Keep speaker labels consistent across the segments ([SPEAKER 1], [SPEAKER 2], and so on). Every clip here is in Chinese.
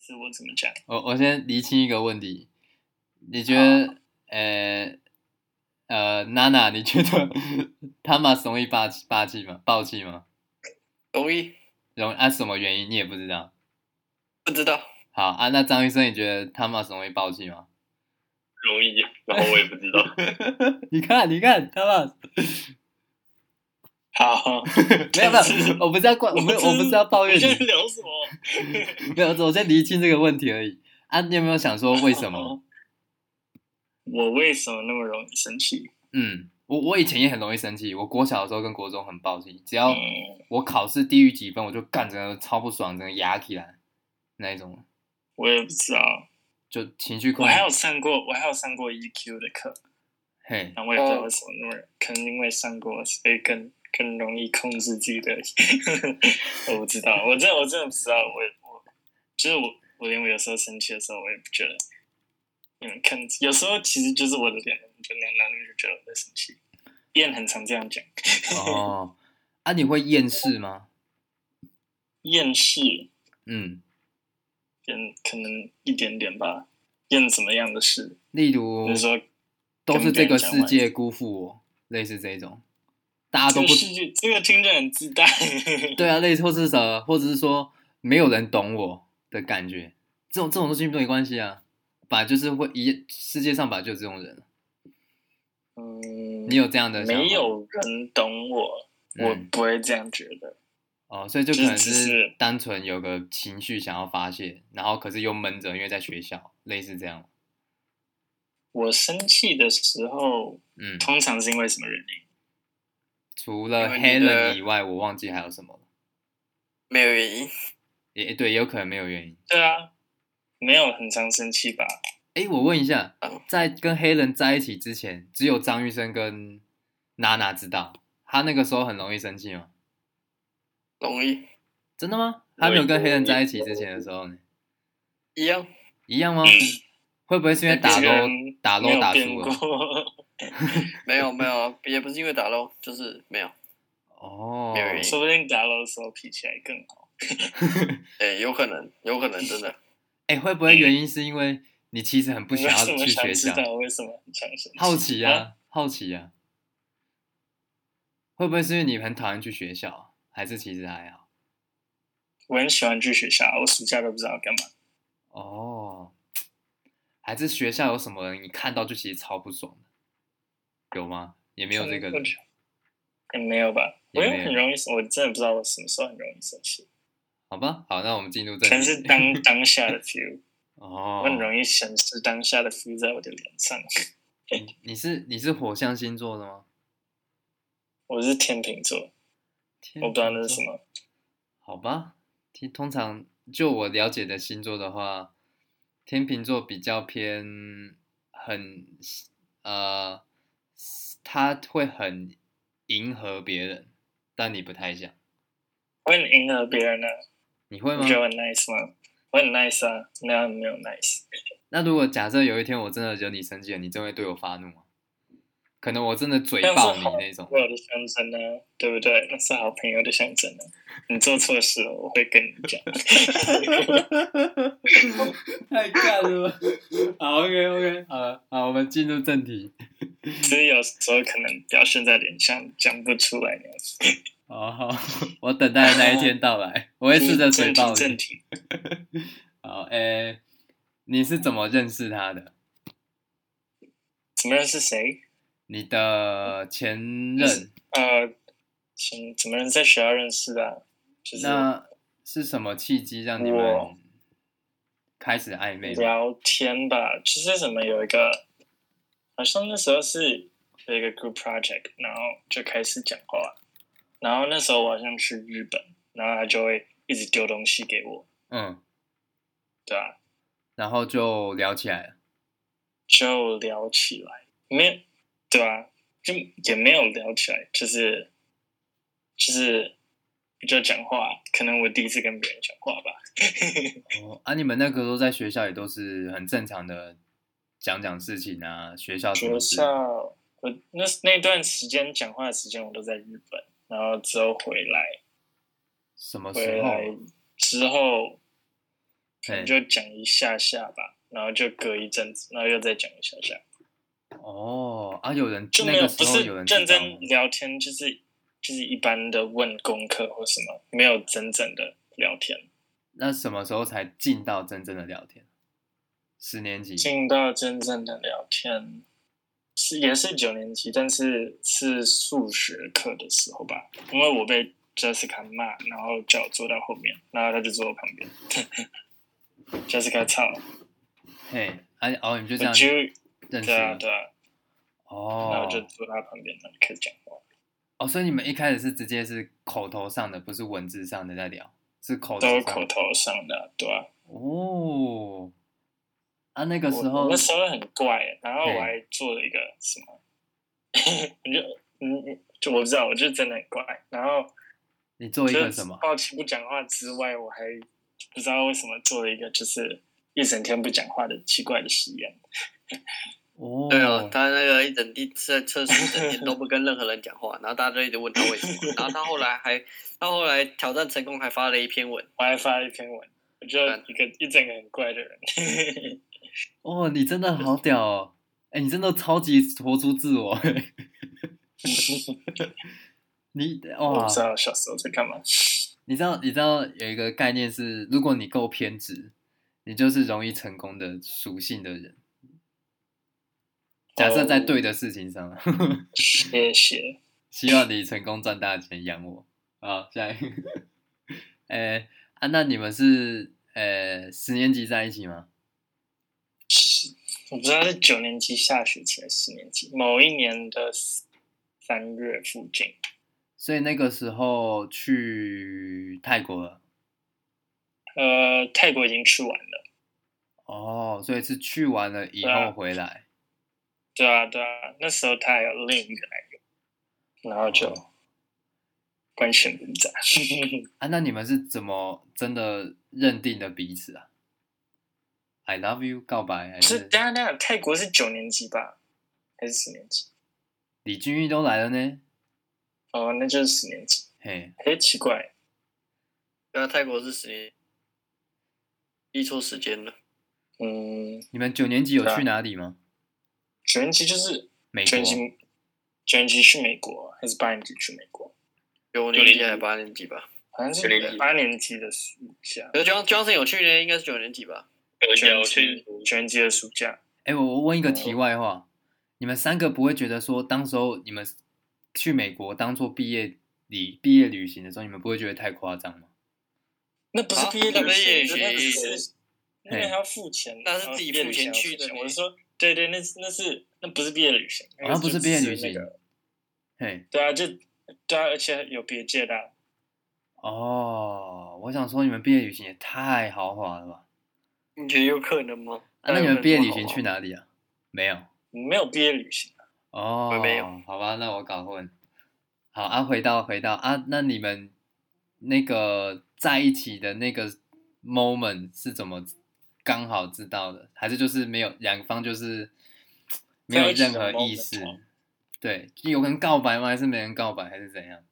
[SPEAKER 1] 是我怎么讲？
[SPEAKER 2] 我我先厘清一个问题，你觉得，呃呃，娜娜，你觉得他妈容易霸气霸气吗？暴气吗？
[SPEAKER 1] 容易
[SPEAKER 2] 容啊什么原因你也不知道？
[SPEAKER 1] 不知道，
[SPEAKER 2] 好啊，那张医生，你觉得他妈容易暴气吗？
[SPEAKER 3] 容易，然后我也不知道。
[SPEAKER 2] 你看，你看，他妈
[SPEAKER 1] 好，
[SPEAKER 2] 没有没有，我不是要怪，我不是我不是要抱怨
[SPEAKER 1] 你在
[SPEAKER 2] 你，
[SPEAKER 1] 聊什么？
[SPEAKER 2] 没有，我先厘清这个问题而已。啊，你有没有想说 为什 么？
[SPEAKER 1] 哦我为什么那么容易生气？
[SPEAKER 2] 嗯，我我以前也很容易生气，我国小的时候跟国中很暴气，只要
[SPEAKER 1] 嗯，
[SPEAKER 2] 我考试低于几分，我就干整个超不爽，整个牙起来那一种，
[SPEAKER 1] 我也不知道。
[SPEAKER 2] 就情绪
[SPEAKER 1] 我
[SPEAKER 2] 控制
[SPEAKER 1] 还。有上过，我还有上过 EQ 的课，
[SPEAKER 2] 嘿，
[SPEAKER 1] 但我也不知道为什么那么，可能因为上过，所以更更容易控制自己的。 我不知道，我真的我真的不知道，我也我就是我，我连我有时候生气的时候，我也不觉得。嗯，看有时候其实就是我的脸，就那男女就觉得我在生气。燕很常这样讲，
[SPEAKER 2] 哦，啊，你会厌世吗？
[SPEAKER 1] 厌世。
[SPEAKER 2] 嗯，
[SPEAKER 1] 厌嗯可能一点点吧，厌怎么样的事？
[SPEAKER 2] 例如
[SPEAKER 1] 比如说，
[SPEAKER 2] 哦都是这个世界辜负我，类似这种，大家
[SPEAKER 1] 这
[SPEAKER 2] 都
[SPEAKER 1] 个
[SPEAKER 2] 不
[SPEAKER 1] 世界这个听着很自大，
[SPEAKER 2] 对啊，类似或是什么，或者是说没有人懂我的感觉，这种这种东西没关系啊，把就是会一世界上本来就有这种人，
[SPEAKER 1] 嗯，
[SPEAKER 2] 你有这样的想法
[SPEAKER 1] 没有人懂我，我
[SPEAKER 2] 嗯
[SPEAKER 1] 不会这样觉得。
[SPEAKER 2] 哦，所以就
[SPEAKER 1] 就
[SPEAKER 2] 可能
[SPEAKER 1] 只
[SPEAKER 2] 是
[SPEAKER 1] 是
[SPEAKER 2] 单纯有个情绪想要发泄，然后可是又闷着，因为在学校，类似这样。
[SPEAKER 1] 我生气的时候，
[SPEAKER 2] 嗯，
[SPEAKER 1] 通常是因为什么原因？
[SPEAKER 2] 除了
[SPEAKER 3] 因为你的
[SPEAKER 2] Helen 以外，我忘记还有什么了。
[SPEAKER 3] 没有原因，
[SPEAKER 2] 也也对，也有可能没有原因。
[SPEAKER 1] 对啊，没有很常生气吧？
[SPEAKER 2] 哎，我问一下
[SPEAKER 3] 嗯，
[SPEAKER 2] 在跟黑人在一起之前，只有张玉生跟娜娜知道，他那个时候很容易生气吗？
[SPEAKER 3] 容易
[SPEAKER 2] 真的吗？
[SPEAKER 1] 我
[SPEAKER 2] 他没有跟黑人在一起之前的时候呢，
[SPEAKER 3] 一样。
[SPEAKER 2] 一样吗？会不会是因为打
[SPEAKER 1] 这个
[SPEAKER 2] 漏
[SPEAKER 1] 嗯人
[SPEAKER 2] 打
[SPEAKER 1] 没
[SPEAKER 2] 漏
[SPEAKER 1] 有
[SPEAKER 2] 打啊
[SPEAKER 1] 变
[SPEAKER 2] 输 了？
[SPEAKER 1] 过，
[SPEAKER 3] 没有没有，也不是因为打咯，就是没有。
[SPEAKER 2] 哦
[SPEAKER 3] 没有原因
[SPEAKER 1] 说不定打了的时候脾气还更好。
[SPEAKER 3] 哎、有可能，有可能真的。
[SPEAKER 2] 哎、会不会原因是因为你其实很不
[SPEAKER 1] 你
[SPEAKER 2] 想
[SPEAKER 1] 为
[SPEAKER 2] 要
[SPEAKER 1] 什么
[SPEAKER 2] 去
[SPEAKER 1] 想
[SPEAKER 2] 学
[SPEAKER 1] 知
[SPEAKER 2] 校？
[SPEAKER 1] 道为什么很常生气？
[SPEAKER 2] 好奇
[SPEAKER 1] 啊，
[SPEAKER 2] 啊，好奇啊，会不会是因为你很讨厌去学校，啊还是其实还好？
[SPEAKER 1] 我很喜欢去学校，我暑假都不知道干嘛。
[SPEAKER 2] 哦，还是学校有什么人你看到就其实超不爽的，有吗？也没有这个
[SPEAKER 1] 我
[SPEAKER 2] 人
[SPEAKER 1] 觉得没有吧？
[SPEAKER 2] 也
[SPEAKER 1] 我
[SPEAKER 2] 没
[SPEAKER 1] 又
[SPEAKER 2] 有
[SPEAKER 1] 很容易，我真的不知道我什么时候很容易生气，
[SPEAKER 2] 好吧？好，那我们进入正
[SPEAKER 1] 全是
[SPEAKER 2] 题。
[SPEAKER 1] 当当下的 feel，
[SPEAKER 2] 哦
[SPEAKER 1] 我，很容易显示当下的 feel 在我的脸上。
[SPEAKER 2] 你你是你是火象星座的吗？
[SPEAKER 1] 我是天秤座，
[SPEAKER 2] 天
[SPEAKER 1] 我不知道那是什
[SPEAKER 2] 秤座。
[SPEAKER 1] 么。
[SPEAKER 2] 好吧，听通常就我了解的星座的话，天秤座比较偏很呃，他会很迎合别人，但你不太像，
[SPEAKER 1] 我很迎合别人呢、
[SPEAKER 2] 你会
[SPEAKER 1] 你
[SPEAKER 2] 吗
[SPEAKER 1] 觉？得我很 nice 吗？我很 nice 啊，那没有 nice。
[SPEAKER 2] 那如果假设有一天我真的惹你生气了，你真会对我发怒吗？可能我真的嘴
[SPEAKER 1] 但是
[SPEAKER 2] 爆你
[SPEAKER 1] 好
[SPEAKER 2] 那种
[SPEAKER 1] 我。有的象征呢、对不对？那是好朋友的象征呢、你做错事了，我会跟你 讲。
[SPEAKER 2] 太干了吧！好，OK OK，好了，好，我们进入正题。
[SPEAKER 1] 只是有时候可能表现在脸上讲不出来那样子。
[SPEAKER 2] 好好，我等待那一天到来，我会试着嘴爆你
[SPEAKER 1] 正。题，
[SPEAKER 2] 好，诶、你是怎么认识他的？
[SPEAKER 1] 怎么认识谁？
[SPEAKER 2] 你的前
[SPEAKER 1] 就
[SPEAKER 2] 任
[SPEAKER 1] 是？呃，怎怎么人在学校认识的啊、就是
[SPEAKER 2] 那是什么契机让你们
[SPEAKER 1] 我
[SPEAKER 2] 开始暧昧吗？
[SPEAKER 1] 聊天吧，就是什么有一个，好像那时候是有一个 group project，然后就开始讲话，然后那时候我好像去日本，然后他就会一直丢东西给我，
[SPEAKER 2] 嗯，
[SPEAKER 1] 对啊，
[SPEAKER 2] 然后就聊起来了。
[SPEAKER 1] 就聊起来，没有，对啊，就也没有聊起来，就是就是就讲话，可能我第一次跟别人讲话吧。
[SPEAKER 2] 哦，啊，你们那个时候在学校也都是很正常的，讲讲事情啊，学校什
[SPEAKER 1] 学
[SPEAKER 2] 么事？
[SPEAKER 1] 校，我那那段时间讲话的时间我都在日本，然后之后回来，
[SPEAKER 2] 什么
[SPEAKER 1] 回
[SPEAKER 2] 时
[SPEAKER 1] 来
[SPEAKER 2] 候？
[SPEAKER 1] 之后，可能就讲一下下吧，然后就隔一阵子，然后又再讲一下下，
[SPEAKER 2] 哦啊，有人
[SPEAKER 1] 就没
[SPEAKER 2] 那
[SPEAKER 1] 有
[SPEAKER 2] 个
[SPEAKER 1] 不
[SPEAKER 2] 时候
[SPEAKER 1] 是
[SPEAKER 2] 有人知
[SPEAKER 1] 认
[SPEAKER 2] 道
[SPEAKER 1] 真
[SPEAKER 2] 吗
[SPEAKER 1] 聊天，就是就是一般的问功课或什么，没有真正的聊天。
[SPEAKER 2] 那什么时候才进到真正的聊天？十年级
[SPEAKER 1] 进到真正的聊天是也是九年级，但是是数学课的时候吧，因为我被 Jessica 骂，然后叫我坐到后面，然后他就坐我旁 边。Jessica 操，
[SPEAKER 2] 嘿，啊哦，你就这
[SPEAKER 1] 我
[SPEAKER 2] 样
[SPEAKER 1] 就
[SPEAKER 2] 认识
[SPEAKER 1] 对啊
[SPEAKER 2] 了
[SPEAKER 1] 对啊，然
[SPEAKER 2] 哦
[SPEAKER 1] 后就坐他旁边，然后开始讲话。
[SPEAKER 2] 哦，所以你们一开始是直接是口头上的，不是文字上的在聊，是口头
[SPEAKER 1] 都
[SPEAKER 2] 上
[SPEAKER 1] 是
[SPEAKER 2] 的
[SPEAKER 1] 口头上的，啊对吧、
[SPEAKER 2] 哦。啊，那
[SPEAKER 1] 啊？
[SPEAKER 2] 个时
[SPEAKER 1] 我
[SPEAKER 2] 候
[SPEAKER 1] 我那时候很怪，然后
[SPEAKER 2] 嘿
[SPEAKER 1] 我还做了一个什么， 我就嗯，嗯就我不知道，我就真的很怪。然后
[SPEAKER 2] 你做一
[SPEAKER 1] 就
[SPEAKER 2] 个
[SPEAKER 1] 是
[SPEAKER 2] 什么？
[SPEAKER 1] 抱起不讲话之外，我还不知道为什么做了一个就是一整天不讲话的奇怪的实验。
[SPEAKER 2] 哦，
[SPEAKER 3] 对啊，他那个一整天在测试一整天都不跟任何人讲话，然后大家就一直问他为什么，然后他后来还，他后来挑战成功，还发了一篇文。
[SPEAKER 1] 我还发了一篇文，我就
[SPEAKER 2] 嗯
[SPEAKER 1] 一个一整个很怪的人。
[SPEAKER 2] 哦，你真的好屌哦！哎、你真的超级活出自 我。 你
[SPEAKER 1] 我
[SPEAKER 2] 哇
[SPEAKER 1] 不，知道小时候在干嘛。
[SPEAKER 2] 你知道你知道有一个概念是，如果你够偏执，你就是容易成功的属性的人。假设
[SPEAKER 1] 哦
[SPEAKER 2] 在对的事情上，
[SPEAKER 1] 谢谢。
[SPEAKER 2] 希望你成功赚大钱养我。好，下一个。 哎、啊，那你们是呃十年级在一起吗？
[SPEAKER 1] 我不知道是九年级下学期还是十年级，某一年的三月附近。
[SPEAKER 2] 所以那个时候去泰国了。
[SPEAKER 1] 呃，泰国已经去完了，
[SPEAKER 2] 哦，所以是去完了以
[SPEAKER 1] 对啊
[SPEAKER 2] 后回来。
[SPEAKER 1] 对啊，对啊，那时候他还有另一个男友，然后就关系很复杂。
[SPEAKER 2] 啊，那你们是怎么真的认定的彼此啊？I love you 告白还
[SPEAKER 1] 不是，
[SPEAKER 2] 是
[SPEAKER 1] 等一下等一下，泰国是九年级吧，还是十年级？
[SPEAKER 2] 李俊毅都来了呢？
[SPEAKER 1] 哦，那就是十年级。
[SPEAKER 2] 嘿，
[SPEAKER 1] 哎，奇怪，
[SPEAKER 3] 对啊，泰国是十年，记错时间了。
[SPEAKER 1] 嗯，
[SPEAKER 2] 你们九年级有
[SPEAKER 1] 对啊
[SPEAKER 2] 去哪里吗？
[SPEAKER 1] 九年级就是
[SPEAKER 2] 美
[SPEAKER 1] 九
[SPEAKER 2] 国
[SPEAKER 1] 年级，九年级去美国，还是八年级去美国？
[SPEAKER 3] 九年级还是八年级吧？
[SPEAKER 1] 好像
[SPEAKER 4] 九年
[SPEAKER 1] 是
[SPEAKER 4] 级
[SPEAKER 1] 八年级的暑假，
[SPEAKER 3] 可是 John Johnson 有去年应该是九年级吧？
[SPEAKER 4] 有
[SPEAKER 1] 九
[SPEAKER 4] 有
[SPEAKER 1] 年级
[SPEAKER 4] 啊去，
[SPEAKER 1] 九年级的暑假。
[SPEAKER 2] 哎、我我
[SPEAKER 1] 哦
[SPEAKER 2] 问一个题外话，你们三个不会觉得说，当时候你们去美国当做毕业旅毕业旅行的时候，你们不会觉得太夸张吗？
[SPEAKER 1] 那不是
[SPEAKER 3] 啊
[SPEAKER 1] 毕业旅
[SPEAKER 3] 毕业
[SPEAKER 1] 行，
[SPEAKER 3] 旅
[SPEAKER 1] 那
[SPEAKER 3] 行
[SPEAKER 1] 个是那个
[SPEAKER 2] 嘿
[SPEAKER 1] 还要付钱，
[SPEAKER 3] 那是
[SPEAKER 1] 然后
[SPEAKER 3] 自己
[SPEAKER 1] 毕业旅
[SPEAKER 3] 付
[SPEAKER 1] 行
[SPEAKER 3] 钱
[SPEAKER 1] 还要
[SPEAKER 3] 去的
[SPEAKER 1] 钱
[SPEAKER 3] 呢
[SPEAKER 1] 我是说，对对，那是那是那不是毕业旅行，
[SPEAKER 2] 好像不是
[SPEAKER 1] 就
[SPEAKER 2] 毕业旅
[SPEAKER 1] 只
[SPEAKER 2] 行
[SPEAKER 1] 那个，
[SPEAKER 2] 嘿，
[SPEAKER 1] 对啊，就对啊，而且有别界的啊，
[SPEAKER 2] 哦，我想说你们毕业旅行也太豪华了吧？
[SPEAKER 3] 你觉得有可能吗？
[SPEAKER 2] 啊，那你们毕业旅行去哪里啊？没有。
[SPEAKER 1] 没有毕业旅行。啊
[SPEAKER 2] 哦，
[SPEAKER 3] 没有，
[SPEAKER 2] 好吧，那我搞混。好啊，回到回到啊，那你们那个在一起的那个 moment 是怎么刚好知道的？还是就是没有两方就是没有
[SPEAKER 1] 在一起
[SPEAKER 2] 任
[SPEAKER 1] 的
[SPEAKER 2] 何意
[SPEAKER 1] moment
[SPEAKER 2] 识
[SPEAKER 1] 哦？
[SPEAKER 2] 对，有人告白吗？还是没人告白，还是 怎样？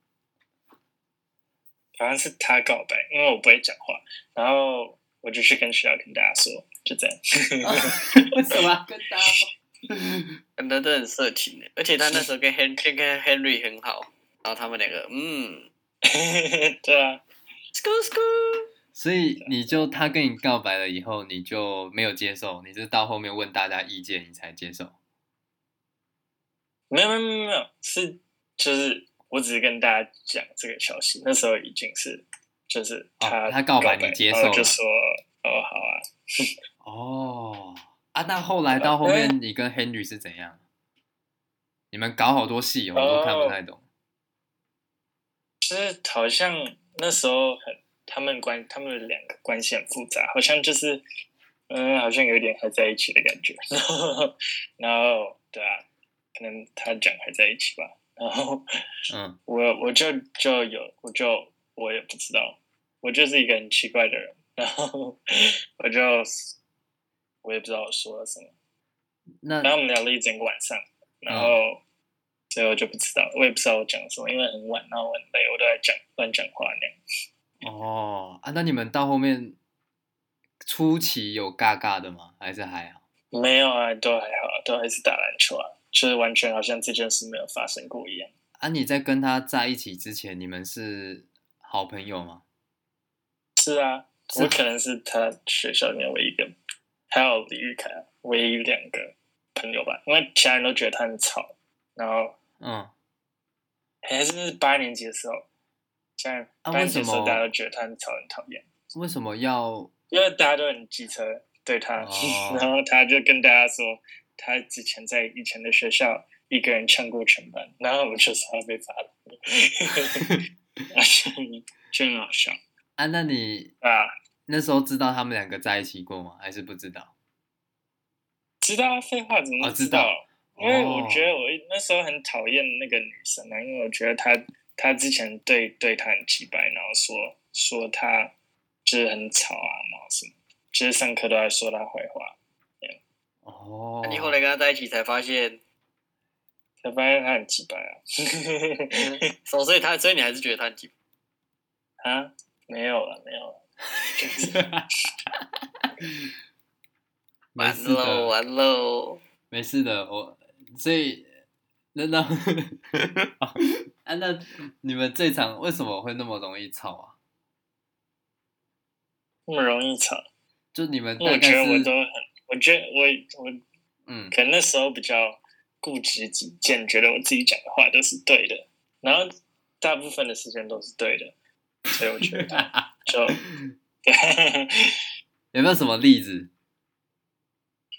[SPEAKER 1] 好像是他告白，因为我不会讲话，然后我就去跟学校跟大家说，就这样。
[SPEAKER 2] 为什么跟大家？
[SPEAKER 3] 很多都很色情嗯的，而且他那时候跟 Hen 跟跟 Henry 很好，然后他们两个嗯
[SPEAKER 1] 对啊，
[SPEAKER 3] ，school school，
[SPEAKER 2] 所以你就他跟你告白了以后，你就没有接受，你是到后面问大家意见，你才接受。
[SPEAKER 1] 没有没有没有没有，是就是我只是跟大家讲这个消息，那时候已经是就是他、
[SPEAKER 2] 哦他告白
[SPEAKER 1] 白
[SPEAKER 2] 你接
[SPEAKER 1] 然后
[SPEAKER 2] 受
[SPEAKER 1] 就
[SPEAKER 2] 了
[SPEAKER 1] 说哦好啊，
[SPEAKER 2] 哦，啊，那后来到后
[SPEAKER 1] 哎
[SPEAKER 2] 面你跟 Henry 是怎样？你们搞好多戏哦，我都看不太懂。
[SPEAKER 1] 就是好像那时候很他们关他们两个关系很复杂，好像就是嗯好像有点还在一起的感觉， 然后然后对啊，可能他讲还在一起吧，然后。
[SPEAKER 2] 嗯，
[SPEAKER 1] 我我就就有，我就我也不知道，我就是一个很奇怪的人，然后我就我也不知道我说了什么，
[SPEAKER 2] 那
[SPEAKER 1] 然后我们聊了一整个晚上，然后、最后就不知道，我也不知道我讲了什么，因为很晚，然后我很累，我都在讲乱讲话那样。
[SPEAKER 2] 哦啊，那你们到后面初期有尬尬的吗？还是还好？
[SPEAKER 1] 没有啊，都还好，都还是打篮球啊，就是完全好像这件事没有发生过一样。
[SPEAKER 2] 啊，你在跟他在一起之前，你们是好朋友吗？
[SPEAKER 1] 是啊，
[SPEAKER 2] 是
[SPEAKER 1] 我可能是他学校里面唯一一个，还有李玉凯唯一两个朋友吧，因为其他人都觉得他很吵。然后
[SPEAKER 2] 嗯，
[SPEAKER 1] 还是八年级的时候，这样
[SPEAKER 2] 啊
[SPEAKER 1] 八年级
[SPEAKER 2] 为
[SPEAKER 1] 的
[SPEAKER 2] 什
[SPEAKER 1] 时
[SPEAKER 2] 么
[SPEAKER 1] 候大家都觉得他很吵很讨厌，
[SPEAKER 2] 为什么要？
[SPEAKER 1] 因为大家都很机车对他，
[SPEAKER 2] 哦
[SPEAKER 1] 然后他就跟大家说他之前在以前的学校一个人呛过全班，然后我就说他被罚了， 啊真好笑
[SPEAKER 2] 啊，那你
[SPEAKER 1] 啊！
[SPEAKER 2] 那时候知道他们两个在一起过吗？还是不知道？
[SPEAKER 1] 知道啊，废话怎么
[SPEAKER 2] 啊
[SPEAKER 1] 不知
[SPEAKER 2] 知道
[SPEAKER 1] 道？因为我觉
[SPEAKER 2] 哦
[SPEAKER 1] 得我那时候很讨厌那个女生啊，因为我觉得她她之前对对她很奇白，然后说说她就是很吵啊，然后什么，就是上课都在说她坏话，
[SPEAKER 2] 哦，
[SPEAKER 3] 那你后来跟他在一起才发 现，
[SPEAKER 1] 才发现她很奇白啊。
[SPEAKER 3] 所哦所以他所以你还是觉得他很鸡
[SPEAKER 1] 啊，没有了，没有了，
[SPEAKER 2] 没
[SPEAKER 3] 完
[SPEAKER 2] 事
[SPEAKER 3] 喽
[SPEAKER 2] 的，
[SPEAKER 3] 完喽，
[SPEAKER 2] 没事的，我所以那 那啊，那你们这场为什么会那么容易吵啊？
[SPEAKER 1] 那么容易吵，
[SPEAKER 2] 就你们
[SPEAKER 1] 因为
[SPEAKER 2] 大
[SPEAKER 1] 我觉
[SPEAKER 2] 概
[SPEAKER 1] 得我
[SPEAKER 2] 是
[SPEAKER 1] 都很，我觉得我我
[SPEAKER 2] 嗯
[SPEAKER 1] 可能那时候比较固执己见，觉得我自己讲的话都是对的，然后大部分的时间都是对的，所以我觉得 就
[SPEAKER 2] 有没有什么例子？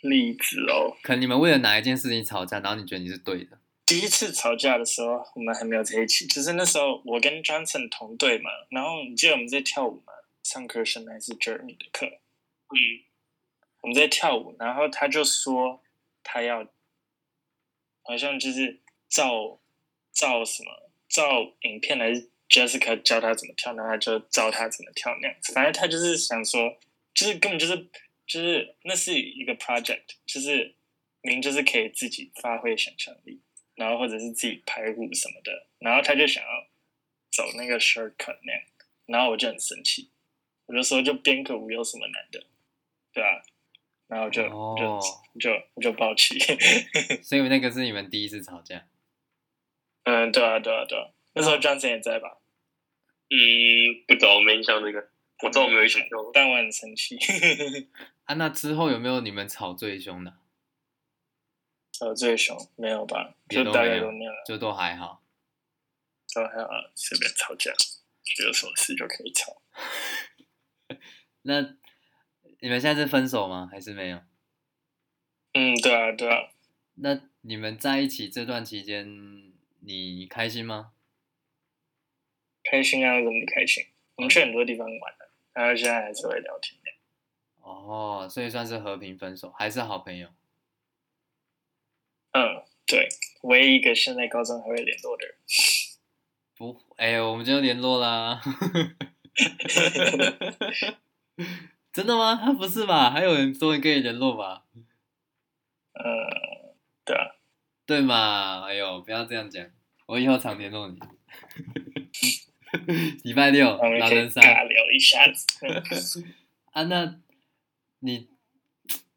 [SPEAKER 1] 例子哦。
[SPEAKER 2] 可能你们为了哪一件事情吵架，然后你觉得你是对的？
[SPEAKER 1] 第一次吵架的时候，我们还没有在一起，就是那时候我跟 Johnson 同队嘛，然后你记得我们在跳舞嘛，上课是还是 Jeremy 的课，嗯，我们在跳舞，然后他就说他要，好像就是照照什么照影片来 Jessica 教他怎么跳，然后他就照他怎么跳那样子，反正他就是想说，就是根本就是就是那是一个 project，就是您就是可以自己发挥想象力。然后或者是自己排舞什么的，然后他就想要走那个 shortcut 那样，然后我就很生气，我就说就编个舞有什么难的，对啊，然后就、
[SPEAKER 2] 哦
[SPEAKER 1] 就就就爆气，
[SPEAKER 2] 所以那个是你们第一次吵架。
[SPEAKER 1] 嗯，对啊对啊对啊，那时候 Johnson 也在吧，
[SPEAKER 4] 嗯，不知道，我没印象这个。我知道我们有一起跳，
[SPEAKER 1] 但我很生气，
[SPEAKER 2] 啊，那之后有没有你们吵最凶的？
[SPEAKER 1] 我呃最凶没有吧，
[SPEAKER 2] 也
[SPEAKER 1] 就
[SPEAKER 2] 都
[SPEAKER 1] 大
[SPEAKER 2] 没
[SPEAKER 1] 概
[SPEAKER 2] 有
[SPEAKER 1] 都没有了，，
[SPEAKER 2] 就都还好。
[SPEAKER 1] 都还好啊，随便吵架，有什么事就可以吵，
[SPEAKER 2] 那你们现在是分手吗？还是没有？
[SPEAKER 1] 嗯，对啊对啊，
[SPEAKER 2] 那你们在一起这段期间，你开心吗？
[SPEAKER 1] 开心啊，怎么不开心？我们去很多地方玩的、然后现在还是会聊天。
[SPEAKER 2] 哦，所以算是和平分手，还是好朋友？
[SPEAKER 1] 嗯，对，唯一一个现在高中还会联络的人。
[SPEAKER 2] 不，哎、我们就联络啦。 真的吗？他不是吧？还有人说你可以联络吧？
[SPEAKER 1] 嗯，对啊，
[SPEAKER 2] 对嘛？哎呦，不要这样讲，我以后常联络你。 礼拜六
[SPEAKER 1] 那我们
[SPEAKER 2] 狼
[SPEAKER 1] 可以
[SPEAKER 2] 人杀
[SPEAKER 1] 尬聊一下子。
[SPEAKER 2] 啊，那你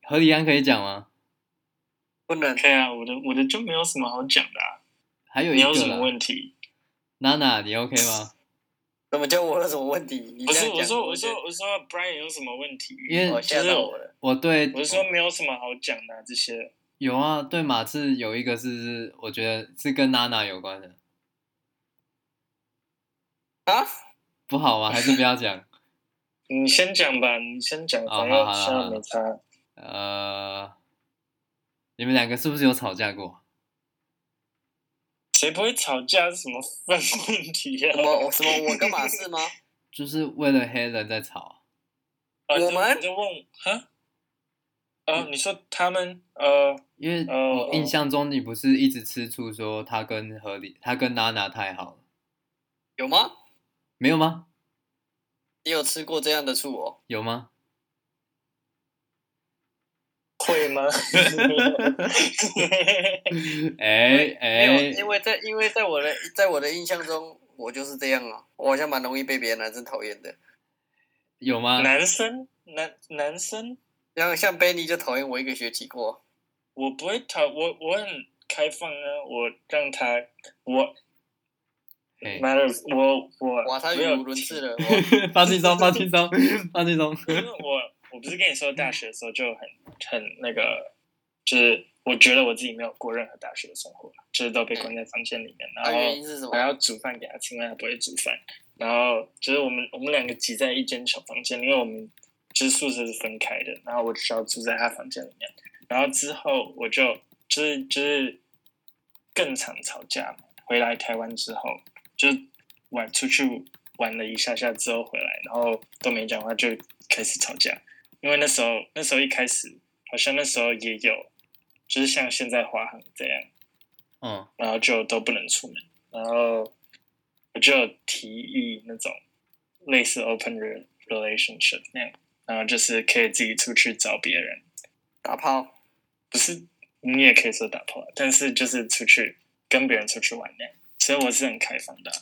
[SPEAKER 2] 何里安可以讲吗？
[SPEAKER 3] 不能
[SPEAKER 1] 可以啊，我的我的就没有什么好讲的、啊。
[SPEAKER 2] 还有一
[SPEAKER 1] 你有
[SPEAKER 2] 个
[SPEAKER 1] 什么
[SPEAKER 2] 啦
[SPEAKER 1] 问题？
[SPEAKER 2] 娜娜，你 OK 吗？
[SPEAKER 3] 怎么叫我有什么问题？你
[SPEAKER 1] 不
[SPEAKER 3] 这
[SPEAKER 1] 是，
[SPEAKER 3] 样
[SPEAKER 1] 我
[SPEAKER 3] 讲，
[SPEAKER 1] 说我
[SPEAKER 3] 觉得
[SPEAKER 1] 说我说 Brian 有什么问题？
[SPEAKER 2] 因为
[SPEAKER 3] 哦吓
[SPEAKER 1] 就是
[SPEAKER 3] 到我了。
[SPEAKER 2] 我对
[SPEAKER 1] 我是说没有什么好讲的啊、这些。
[SPEAKER 2] 有啊，对马刺有一个是我觉得是跟娜娜有关的，
[SPEAKER 3] 啊？
[SPEAKER 2] 不好吗？还是不要讲？
[SPEAKER 1] 你先讲吧，你先讲，
[SPEAKER 2] 哦
[SPEAKER 1] 反
[SPEAKER 2] 好
[SPEAKER 1] 正
[SPEAKER 2] 好好
[SPEAKER 1] 现在没差。
[SPEAKER 2] 呃，你们两个是不是有吵架过？
[SPEAKER 1] 谁不会吵架？什么犯问题啊
[SPEAKER 3] 什？么我什么我跟马氏吗？
[SPEAKER 2] 就是为了黑人在吵啊？
[SPEAKER 1] 啊
[SPEAKER 3] 我们
[SPEAKER 1] 你就问哈？哦，你说他们呃，
[SPEAKER 2] 因为
[SPEAKER 1] 哦
[SPEAKER 2] 我印象中你不是一直吃醋说他跟何里，他跟娜娜太好了，
[SPEAKER 3] 有吗？
[SPEAKER 2] 没有吗？
[SPEAKER 3] 你有吃过这样的醋哦？
[SPEAKER 2] 有吗？
[SPEAKER 1] 会吗？
[SPEAKER 2] 哎
[SPEAKER 3] 没有，
[SPEAKER 2] 哎，
[SPEAKER 3] 因为在因为在我的啊在我的印象中，我就是这样啊，我好像蛮容易被别人男生讨厌的。
[SPEAKER 2] 有吗？
[SPEAKER 1] 男生男男生，
[SPEAKER 3] 像像 Benny 就讨厌我一个学期过，
[SPEAKER 1] 我不会讨我我很开放啊，我让他我
[SPEAKER 2] 哎，
[SPEAKER 1] matters 我我
[SPEAKER 3] 哇，他
[SPEAKER 1] 没
[SPEAKER 3] 语
[SPEAKER 1] 有
[SPEAKER 3] 无伦 次了。 哦
[SPEAKER 2] 放轻松，放轻松，放轻松。
[SPEAKER 1] 因为我我不是跟你说大学的时候就很很那个，就是我觉得我自己没有过任何大学的生活，就是都被关在房间里面， 然
[SPEAKER 3] 他原因
[SPEAKER 1] 后
[SPEAKER 3] 是什
[SPEAKER 1] 还
[SPEAKER 3] 么？
[SPEAKER 1] 要煮饭给他吃，因为他不会煮饭。然后就是我们我们两个挤在一间小房间，因为我们就是宿舍是分开的，然后我就要住在他房间里面。然后之后我就就是就是更常吵架嘛。回来台湾之后，就玩出去玩了一下下之后回来，然后都没讲话就开始吵架。因为那时候那时候一开始好像那时候也有，就是像现在华航这样，
[SPEAKER 2] 嗯，
[SPEAKER 1] 然后就都不能出门，然后我就有提议那种类似 open re- relationship 那样，然后就是可以自己出去找别人，
[SPEAKER 3] 打炮，
[SPEAKER 1] 不是你也可以说打破，但是就是出去跟别人出去玩那样，所以我是很开放的啊、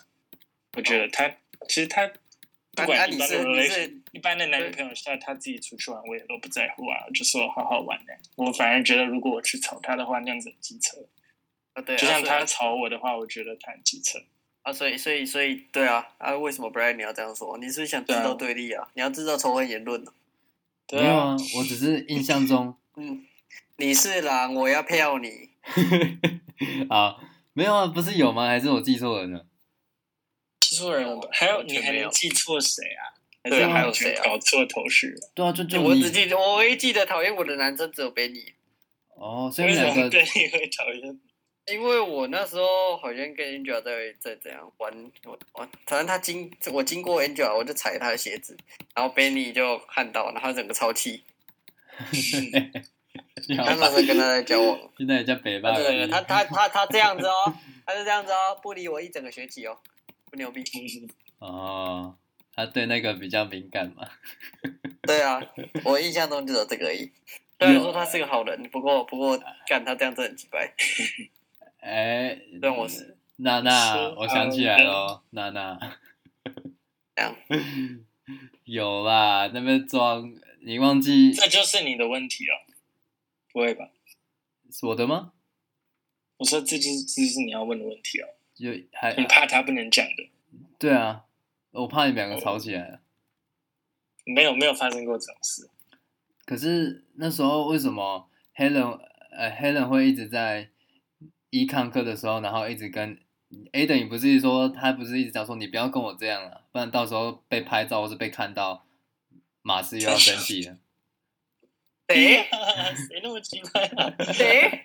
[SPEAKER 1] 我觉得他其实他不
[SPEAKER 3] 啊
[SPEAKER 1] 管
[SPEAKER 3] 你
[SPEAKER 1] 一般的
[SPEAKER 3] 是你
[SPEAKER 1] relation
[SPEAKER 3] 是
[SPEAKER 1] 一般的男女朋友是他自己出去玩，我也都不在乎啊，就说好好玩呢、我反而觉得如果我去吵他的话，那样子很机车。
[SPEAKER 3] 啊，对啊，
[SPEAKER 1] 就像
[SPEAKER 3] 所以
[SPEAKER 1] 他吵我的话，我觉得他很机车。
[SPEAKER 3] 啊，所以所以所以，对啊，啊，为什么 Brian 你要这样说？你是不是想制
[SPEAKER 1] 对啊
[SPEAKER 3] 造对立啊？你要制造仇恨言论呢、啊
[SPEAKER 1] 对
[SPEAKER 2] 没有
[SPEAKER 1] 啊，
[SPEAKER 2] 啊，我只是印象中，
[SPEAKER 3] 嗯，你是狼，我要票你。
[SPEAKER 2] 啊，没有啊，不是有吗？还是我记错了呢？
[SPEAKER 1] 记错人了吧？还有
[SPEAKER 3] 完全
[SPEAKER 1] 你还
[SPEAKER 3] 没有
[SPEAKER 1] 能记错谁啊？还
[SPEAKER 3] 对
[SPEAKER 1] 是
[SPEAKER 2] 啊
[SPEAKER 1] 完
[SPEAKER 3] 还有谁啊
[SPEAKER 1] 全搞错头绪了？
[SPEAKER 2] 对啊，就就
[SPEAKER 3] 我
[SPEAKER 2] 你
[SPEAKER 3] 只记得我唯一记得讨厌我的男生只有 Benny，
[SPEAKER 2] 哦，所以
[SPEAKER 1] 为
[SPEAKER 2] 你
[SPEAKER 1] 什
[SPEAKER 2] 们
[SPEAKER 1] 么
[SPEAKER 2] 两
[SPEAKER 1] 对
[SPEAKER 2] 个
[SPEAKER 1] 你会讨厌？
[SPEAKER 3] 因为我那时候好像跟 Angel 在在怎样玩玩玩，反正他经我经过 Angel，我就踩他的鞋子，然后 Benny 就看到，然后他整个超气。
[SPEAKER 1] 哦
[SPEAKER 2] 要
[SPEAKER 3] 他那时候跟他在交 往，
[SPEAKER 2] 现在也叫北
[SPEAKER 3] 他
[SPEAKER 2] 霸
[SPEAKER 3] 就整个
[SPEAKER 2] 了，
[SPEAKER 3] 他他他他这样子哦，他就这样子哦，不理我一整个学期哦，不牛逼。
[SPEAKER 2] 哦，他对那个比较敏感嘛。
[SPEAKER 3] 对啊，我印象中只有这个而已。 虽然说他是个好人，不过不过干他这样真的很鸡掰。
[SPEAKER 2] 哎，
[SPEAKER 3] 让我是
[SPEAKER 2] 娜娜，
[SPEAKER 1] 说
[SPEAKER 2] 我想起来了，娜娜
[SPEAKER 3] 怎样，
[SPEAKER 2] 有啦，那边装，你忘记
[SPEAKER 1] 这就是你的问题哦。不会吧？
[SPEAKER 2] 是我的吗？
[SPEAKER 1] 我说这就是这就是你要问的问题哦。
[SPEAKER 2] 有还
[SPEAKER 1] 你怕他不能讲的，
[SPEAKER 2] 对啊，我怕你们两个吵起来了。
[SPEAKER 1] 没有没有发生过这种事。
[SPEAKER 2] 可是那时候为什么 Helen 呃 Helen 会一直在一抗课的时候，然后一直跟 A 等，你不是说他不是一直讲说你不要跟我这样啊，不然到时候被拍照或是被看到，马斯又要生气了。
[SPEAKER 3] 谁
[SPEAKER 1] 谁那么奇怪 啊？
[SPEAKER 3] 谁？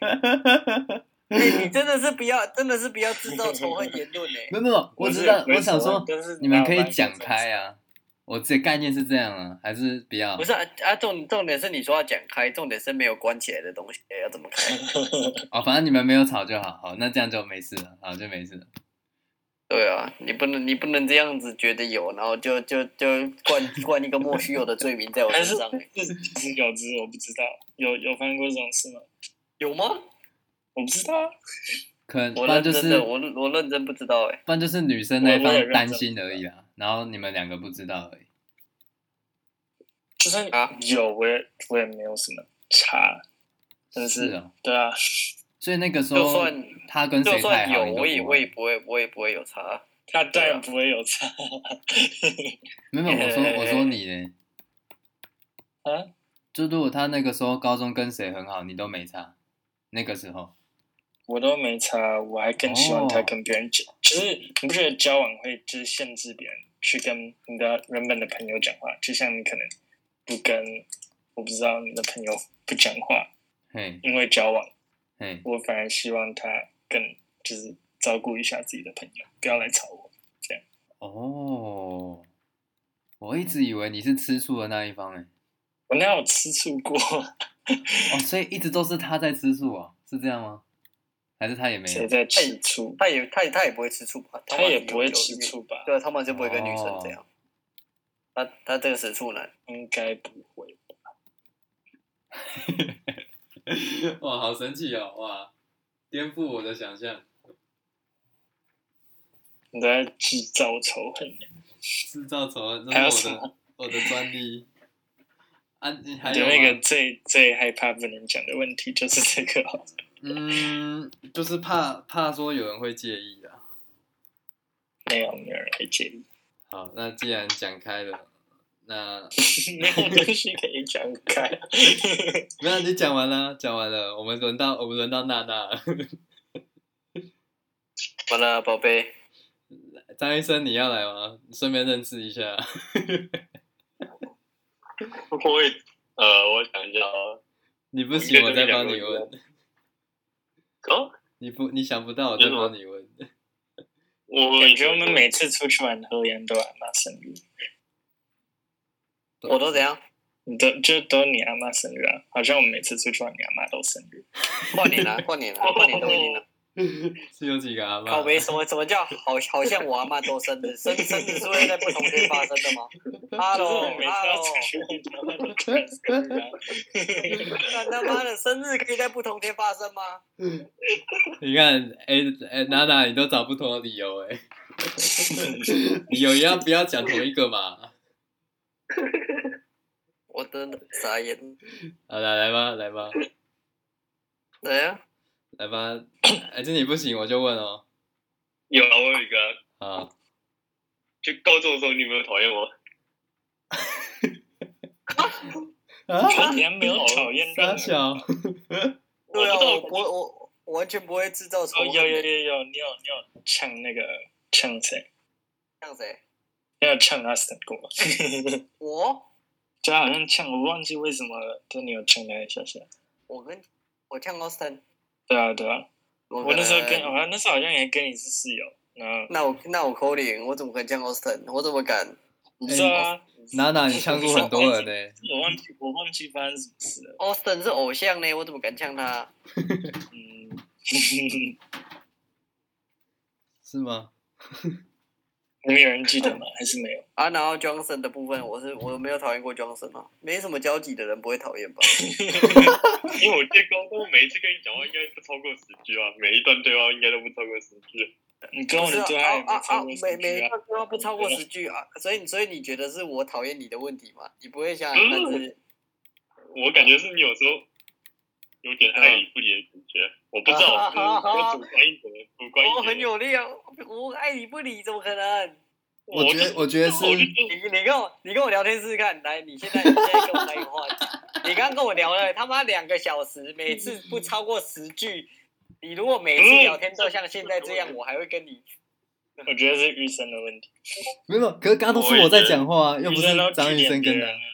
[SPEAKER 3] 哎你真的是不要，真的是不要制造仇恨言论
[SPEAKER 2] 没
[SPEAKER 3] 哎！
[SPEAKER 2] 有没有，我知道，我想说
[SPEAKER 1] 但是
[SPEAKER 2] 你们可以讲开啊。我这概念是这样啊，还是不要？
[SPEAKER 3] 不是啊，啊重重点是你说要讲开，重点是没有关起来的东西要怎么开？
[SPEAKER 2] 哦，反正你们没有吵就好，好，那这样就没事了，好就没事了。
[SPEAKER 3] 对啊，你不能你不能这样子觉得有，然后就就就冠冠一个莫须有的罪名在我身上哎，
[SPEAKER 1] 这只有只我不知道，有有发生过这种事吗？
[SPEAKER 3] 有吗？
[SPEAKER 1] 我不知道啊，
[SPEAKER 2] 可能不
[SPEAKER 3] 我
[SPEAKER 2] 然
[SPEAKER 3] 认
[SPEAKER 2] 就
[SPEAKER 3] 真
[SPEAKER 2] 是
[SPEAKER 3] 的，我我认真不知道哎。
[SPEAKER 2] 不然就是女生那一
[SPEAKER 1] 我我也
[SPEAKER 2] 方
[SPEAKER 1] 认
[SPEAKER 2] 担
[SPEAKER 1] 真
[SPEAKER 2] 心而已啦，然后你们两个不知道而已。
[SPEAKER 1] 就算
[SPEAKER 3] 啊
[SPEAKER 1] 有，我也我也没有什么差，但是
[SPEAKER 2] 是啊，
[SPEAKER 1] 对啊，
[SPEAKER 2] 所以那个时
[SPEAKER 3] 就
[SPEAKER 2] 候
[SPEAKER 3] 算
[SPEAKER 2] 他跟
[SPEAKER 3] 就
[SPEAKER 2] 谁太
[SPEAKER 3] 算
[SPEAKER 2] 好，
[SPEAKER 3] 有，
[SPEAKER 2] 你都
[SPEAKER 3] 我也
[SPEAKER 2] 不
[SPEAKER 3] 我也
[SPEAKER 2] 会。
[SPEAKER 3] 不会，我也不会有差。
[SPEAKER 1] 他
[SPEAKER 3] 啊
[SPEAKER 1] 当然不会有差
[SPEAKER 2] 没有，没有我说我说你呢，
[SPEAKER 1] 啊。
[SPEAKER 2] 就如果他那个时候高中跟谁很好，你都没差。那个时候，
[SPEAKER 1] 我都没差，我还更希望他
[SPEAKER 2] 哦
[SPEAKER 1] 跟别人讲，就是你不觉得交往会就是限制别人去跟你的原本的朋友讲话，就像你可能不跟我不知道你的朋友不讲话，
[SPEAKER 2] 嘿，
[SPEAKER 1] 因为交往，
[SPEAKER 2] 嘿，
[SPEAKER 1] 我反而希望他更就是照顾一下自己的朋友，不要来吵我。
[SPEAKER 2] 哦，我一直以为你是吃醋的那一方哎，
[SPEAKER 1] 我哪有吃醋过？
[SPEAKER 2] 哦，所以一直都是他在吃醋啊，是这样吗？还是他也没
[SPEAKER 1] 谁
[SPEAKER 2] 有？
[SPEAKER 1] 在吃醋？
[SPEAKER 3] 他也他也他也不会吃醋吧？
[SPEAKER 1] 他
[SPEAKER 3] 们
[SPEAKER 1] 也不会吃
[SPEAKER 3] 哎有，
[SPEAKER 1] 醋哦吧？
[SPEAKER 3] 对，他们就不会跟女生这样。他他这个是处男，
[SPEAKER 1] 应该不会。
[SPEAKER 2] 哇，好神奇哦，哇，颠覆我的想象，
[SPEAKER 1] 你都在制造仇恨呢，
[SPEAKER 2] 制造仇恨，这
[SPEAKER 1] 还有
[SPEAKER 2] 是
[SPEAKER 1] 什
[SPEAKER 2] 我的
[SPEAKER 1] 么
[SPEAKER 2] 我的专利。啊，你还有
[SPEAKER 1] 就
[SPEAKER 2] 吗
[SPEAKER 1] 那个最最害怕不能讲的问题就是这个哦，
[SPEAKER 2] 嗯，就是怕怕说有人会介意啊。
[SPEAKER 1] 没有没有人会介意，
[SPEAKER 2] 好，那既然讲开了，那
[SPEAKER 1] 没有东西可以讲开。
[SPEAKER 2] 没有你讲完了，讲完了，我们轮到我们轮到娜娜了。
[SPEAKER 3] 完了，宝贝，
[SPEAKER 2] 张医生，你要来吗？顺便认识一下。
[SPEAKER 4] 我也呃，我想一下哦，
[SPEAKER 2] 你不行，我再帮你
[SPEAKER 4] 我觉得这两个
[SPEAKER 2] 问。
[SPEAKER 4] 哦，
[SPEAKER 2] 你不，你想不到，我再帮你问。
[SPEAKER 4] 我
[SPEAKER 1] 感觉我们每次出去玩抽烟都阿妈生日，
[SPEAKER 3] 我都怎样？
[SPEAKER 1] 你都就都你阿妈生日啊，好像我们每次出去玩你阿妈都生日。
[SPEAKER 3] 过年 了，过年了，过年都已
[SPEAKER 1] 哦
[SPEAKER 3] 经了。
[SPEAKER 2] 是有几个阿妈？
[SPEAKER 3] 靠背什么什么叫好？好像我阿妈都生日，生生日是会在不同天发生的 吗
[SPEAKER 1] 就是我
[SPEAKER 3] ？Hello
[SPEAKER 1] 们每次要
[SPEAKER 3] Hello，
[SPEAKER 1] 出去玩你阿妈都生日啊。
[SPEAKER 3] 那他妈的生日可以在不同天发生吗？
[SPEAKER 2] 你看，哎、哎，娜娜，你都找不同的理由 哎、理由也要不要讲同一个嘛？
[SPEAKER 3] 我真的傻眼。
[SPEAKER 2] 好来来吧，来吧，
[SPEAKER 3] 怎样？
[SPEAKER 2] 来吧，哎、这你不行，我就问哦。
[SPEAKER 4] 有啊，我有一个啊，
[SPEAKER 2] 好，
[SPEAKER 4] 就高中的时候，你有没有讨厌我？
[SPEAKER 2] 啊，
[SPEAKER 1] 我也没有讨厌任
[SPEAKER 2] 傻
[SPEAKER 1] 何人。
[SPEAKER 2] 小，
[SPEAKER 3] 对啊，
[SPEAKER 4] 我不知道
[SPEAKER 3] 我不会，我我完全不会制造仇
[SPEAKER 1] 哦，
[SPEAKER 3] 恨。
[SPEAKER 1] 有有有有，你有你有呛那个呛谁？
[SPEAKER 3] 像谁？
[SPEAKER 1] 你有呛阿 Stan 过？
[SPEAKER 3] 我
[SPEAKER 1] 就他好像呛我，忘记为什么了，但你有呛他一下下。
[SPEAKER 3] 我跟我呛 Austin，
[SPEAKER 1] 对啊对啊，
[SPEAKER 3] 我
[SPEAKER 1] 我那时候跟，
[SPEAKER 2] 呃
[SPEAKER 3] 可能
[SPEAKER 1] 好像那时候好像也跟你是室友，然
[SPEAKER 2] 嗯
[SPEAKER 1] 后
[SPEAKER 3] 那我那我扣零，我怎么敢呛 Austin？我怎么敢？
[SPEAKER 1] 你知道
[SPEAKER 2] 哦
[SPEAKER 1] 啊，
[SPEAKER 2] 娜娜，你呛过很多人呢、
[SPEAKER 1] 我忘记我忘记发生什么事了。
[SPEAKER 3] Austin 是偶像呢，我怎么敢呛他？
[SPEAKER 1] 嗯，
[SPEAKER 2] 是吗？
[SPEAKER 1] 你们有人记得吗？还是没有？
[SPEAKER 3] 啊，然后 Johnson 的部分，我是我没有讨厌过 Johnson 啊，没什么交集的人不会讨厌吧？
[SPEAKER 4] 因为我记得高中每一次跟你讲话，应该不超过十句啊，每一段对话应该都不超过十句。
[SPEAKER 1] 你跟我
[SPEAKER 3] 是
[SPEAKER 1] 的
[SPEAKER 3] 啊
[SPEAKER 1] 对话也
[SPEAKER 3] 啊
[SPEAKER 1] 没
[SPEAKER 3] 啊
[SPEAKER 2] 哦
[SPEAKER 1] 超
[SPEAKER 3] 啊
[SPEAKER 1] 过！
[SPEAKER 3] 每
[SPEAKER 1] 十
[SPEAKER 3] 每
[SPEAKER 1] 句
[SPEAKER 3] 一
[SPEAKER 1] 啊。
[SPEAKER 3] 段都要不超过十句啊，所以所以你觉得是我讨厌你的问题吗？你不会
[SPEAKER 1] 嗯
[SPEAKER 3] 想想看这些？
[SPEAKER 4] 我感觉是你有时候有点爱理不理的感觉，我不知道，就是我主观一点，主观一点。
[SPEAKER 3] 我很有力啊，我爱理不理，怎么可能？
[SPEAKER 2] 我觉得，我觉得是，
[SPEAKER 3] 你你跟我你跟我聊天试试看，来，你现在你现在跟我来一个话题，你刚跟我聊了他妈两个小时，每次不超过十句，你如果每次聊天都像现在这样，我还会跟
[SPEAKER 4] 嗯
[SPEAKER 3] 你
[SPEAKER 1] 我觉得是玉生的问题，
[SPEAKER 2] 没有，可是刚刚都是我在讲话啊，又
[SPEAKER 1] 玉
[SPEAKER 2] 不是
[SPEAKER 1] 生都
[SPEAKER 2] 张
[SPEAKER 1] 指
[SPEAKER 2] 医
[SPEAKER 1] 点
[SPEAKER 2] 生
[SPEAKER 1] 别
[SPEAKER 2] 跟
[SPEAKER 1] 人啊
[SPEAKER 2] 的。
[SPEAKER 1] 了。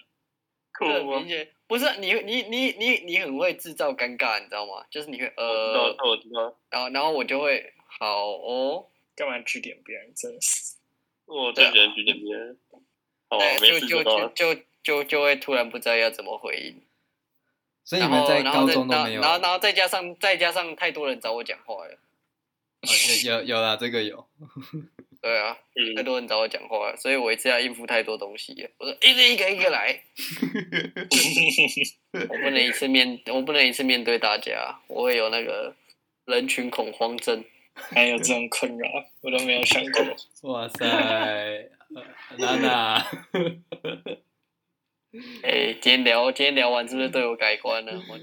[SPEAKER 4] 酷
[SPEAKER 3] 明
[SPEAKER 4] 吗？
[SPEAKER 3] 显不是你你你你你很会制造尴尬，你知道吗？就是你会呃，
[SPEAKER 4] 我知道，
[SPEAKER 3] 然后然后我就会好哦，
[SPEAKER 1] 干嘛指点别人？真的 是，
[SPEAKER 4] 我最喜欢举点别人。哦，
[SPEAKER 3] 哎
[SPEAKER 4] 每
[SPEAKER 3] 就
[SPEAKER 4] 次
[SPEAKER 3] 就
[SPEAKER 4] 都到了。
[SPEAKER 3] 就就就就会突然不知道要怎么回应。
[SPEAKER 2] 所以你
[SPEAKER 3] 然
[SPEAKER 2] 们
[SPEAKER 3] 后，
[SPEAKER 2] 在
[SPEAKER 3] 然后
[SPEAKER 2] 高
[SPEAKER 3] 再，
[SPEAKER 2] 中都没有？
[SPEAKER 3] 然后，然后然后再加上再加上太多人找我讲话了，
[SPEAKER 2] 哦有有有啦，这个有。
[SPEAKER 3] 对啊，太
[SPEAKER 4] 嗯，
[SPEAKER 3] 多人找我讲话了，所以我一次要应付太多东西了。我说一个一个一个来，我不能一次面，我不能一次面对大家，我会有那个人群恐慌症。
[SPEAKER 1] 还有这种困扰，我都没有想过。
[SPEAKER 2] 哇塞，呃娜娜，
[SPEAKER 3] 哎，今天聊今天聊完是不是对我改观了？我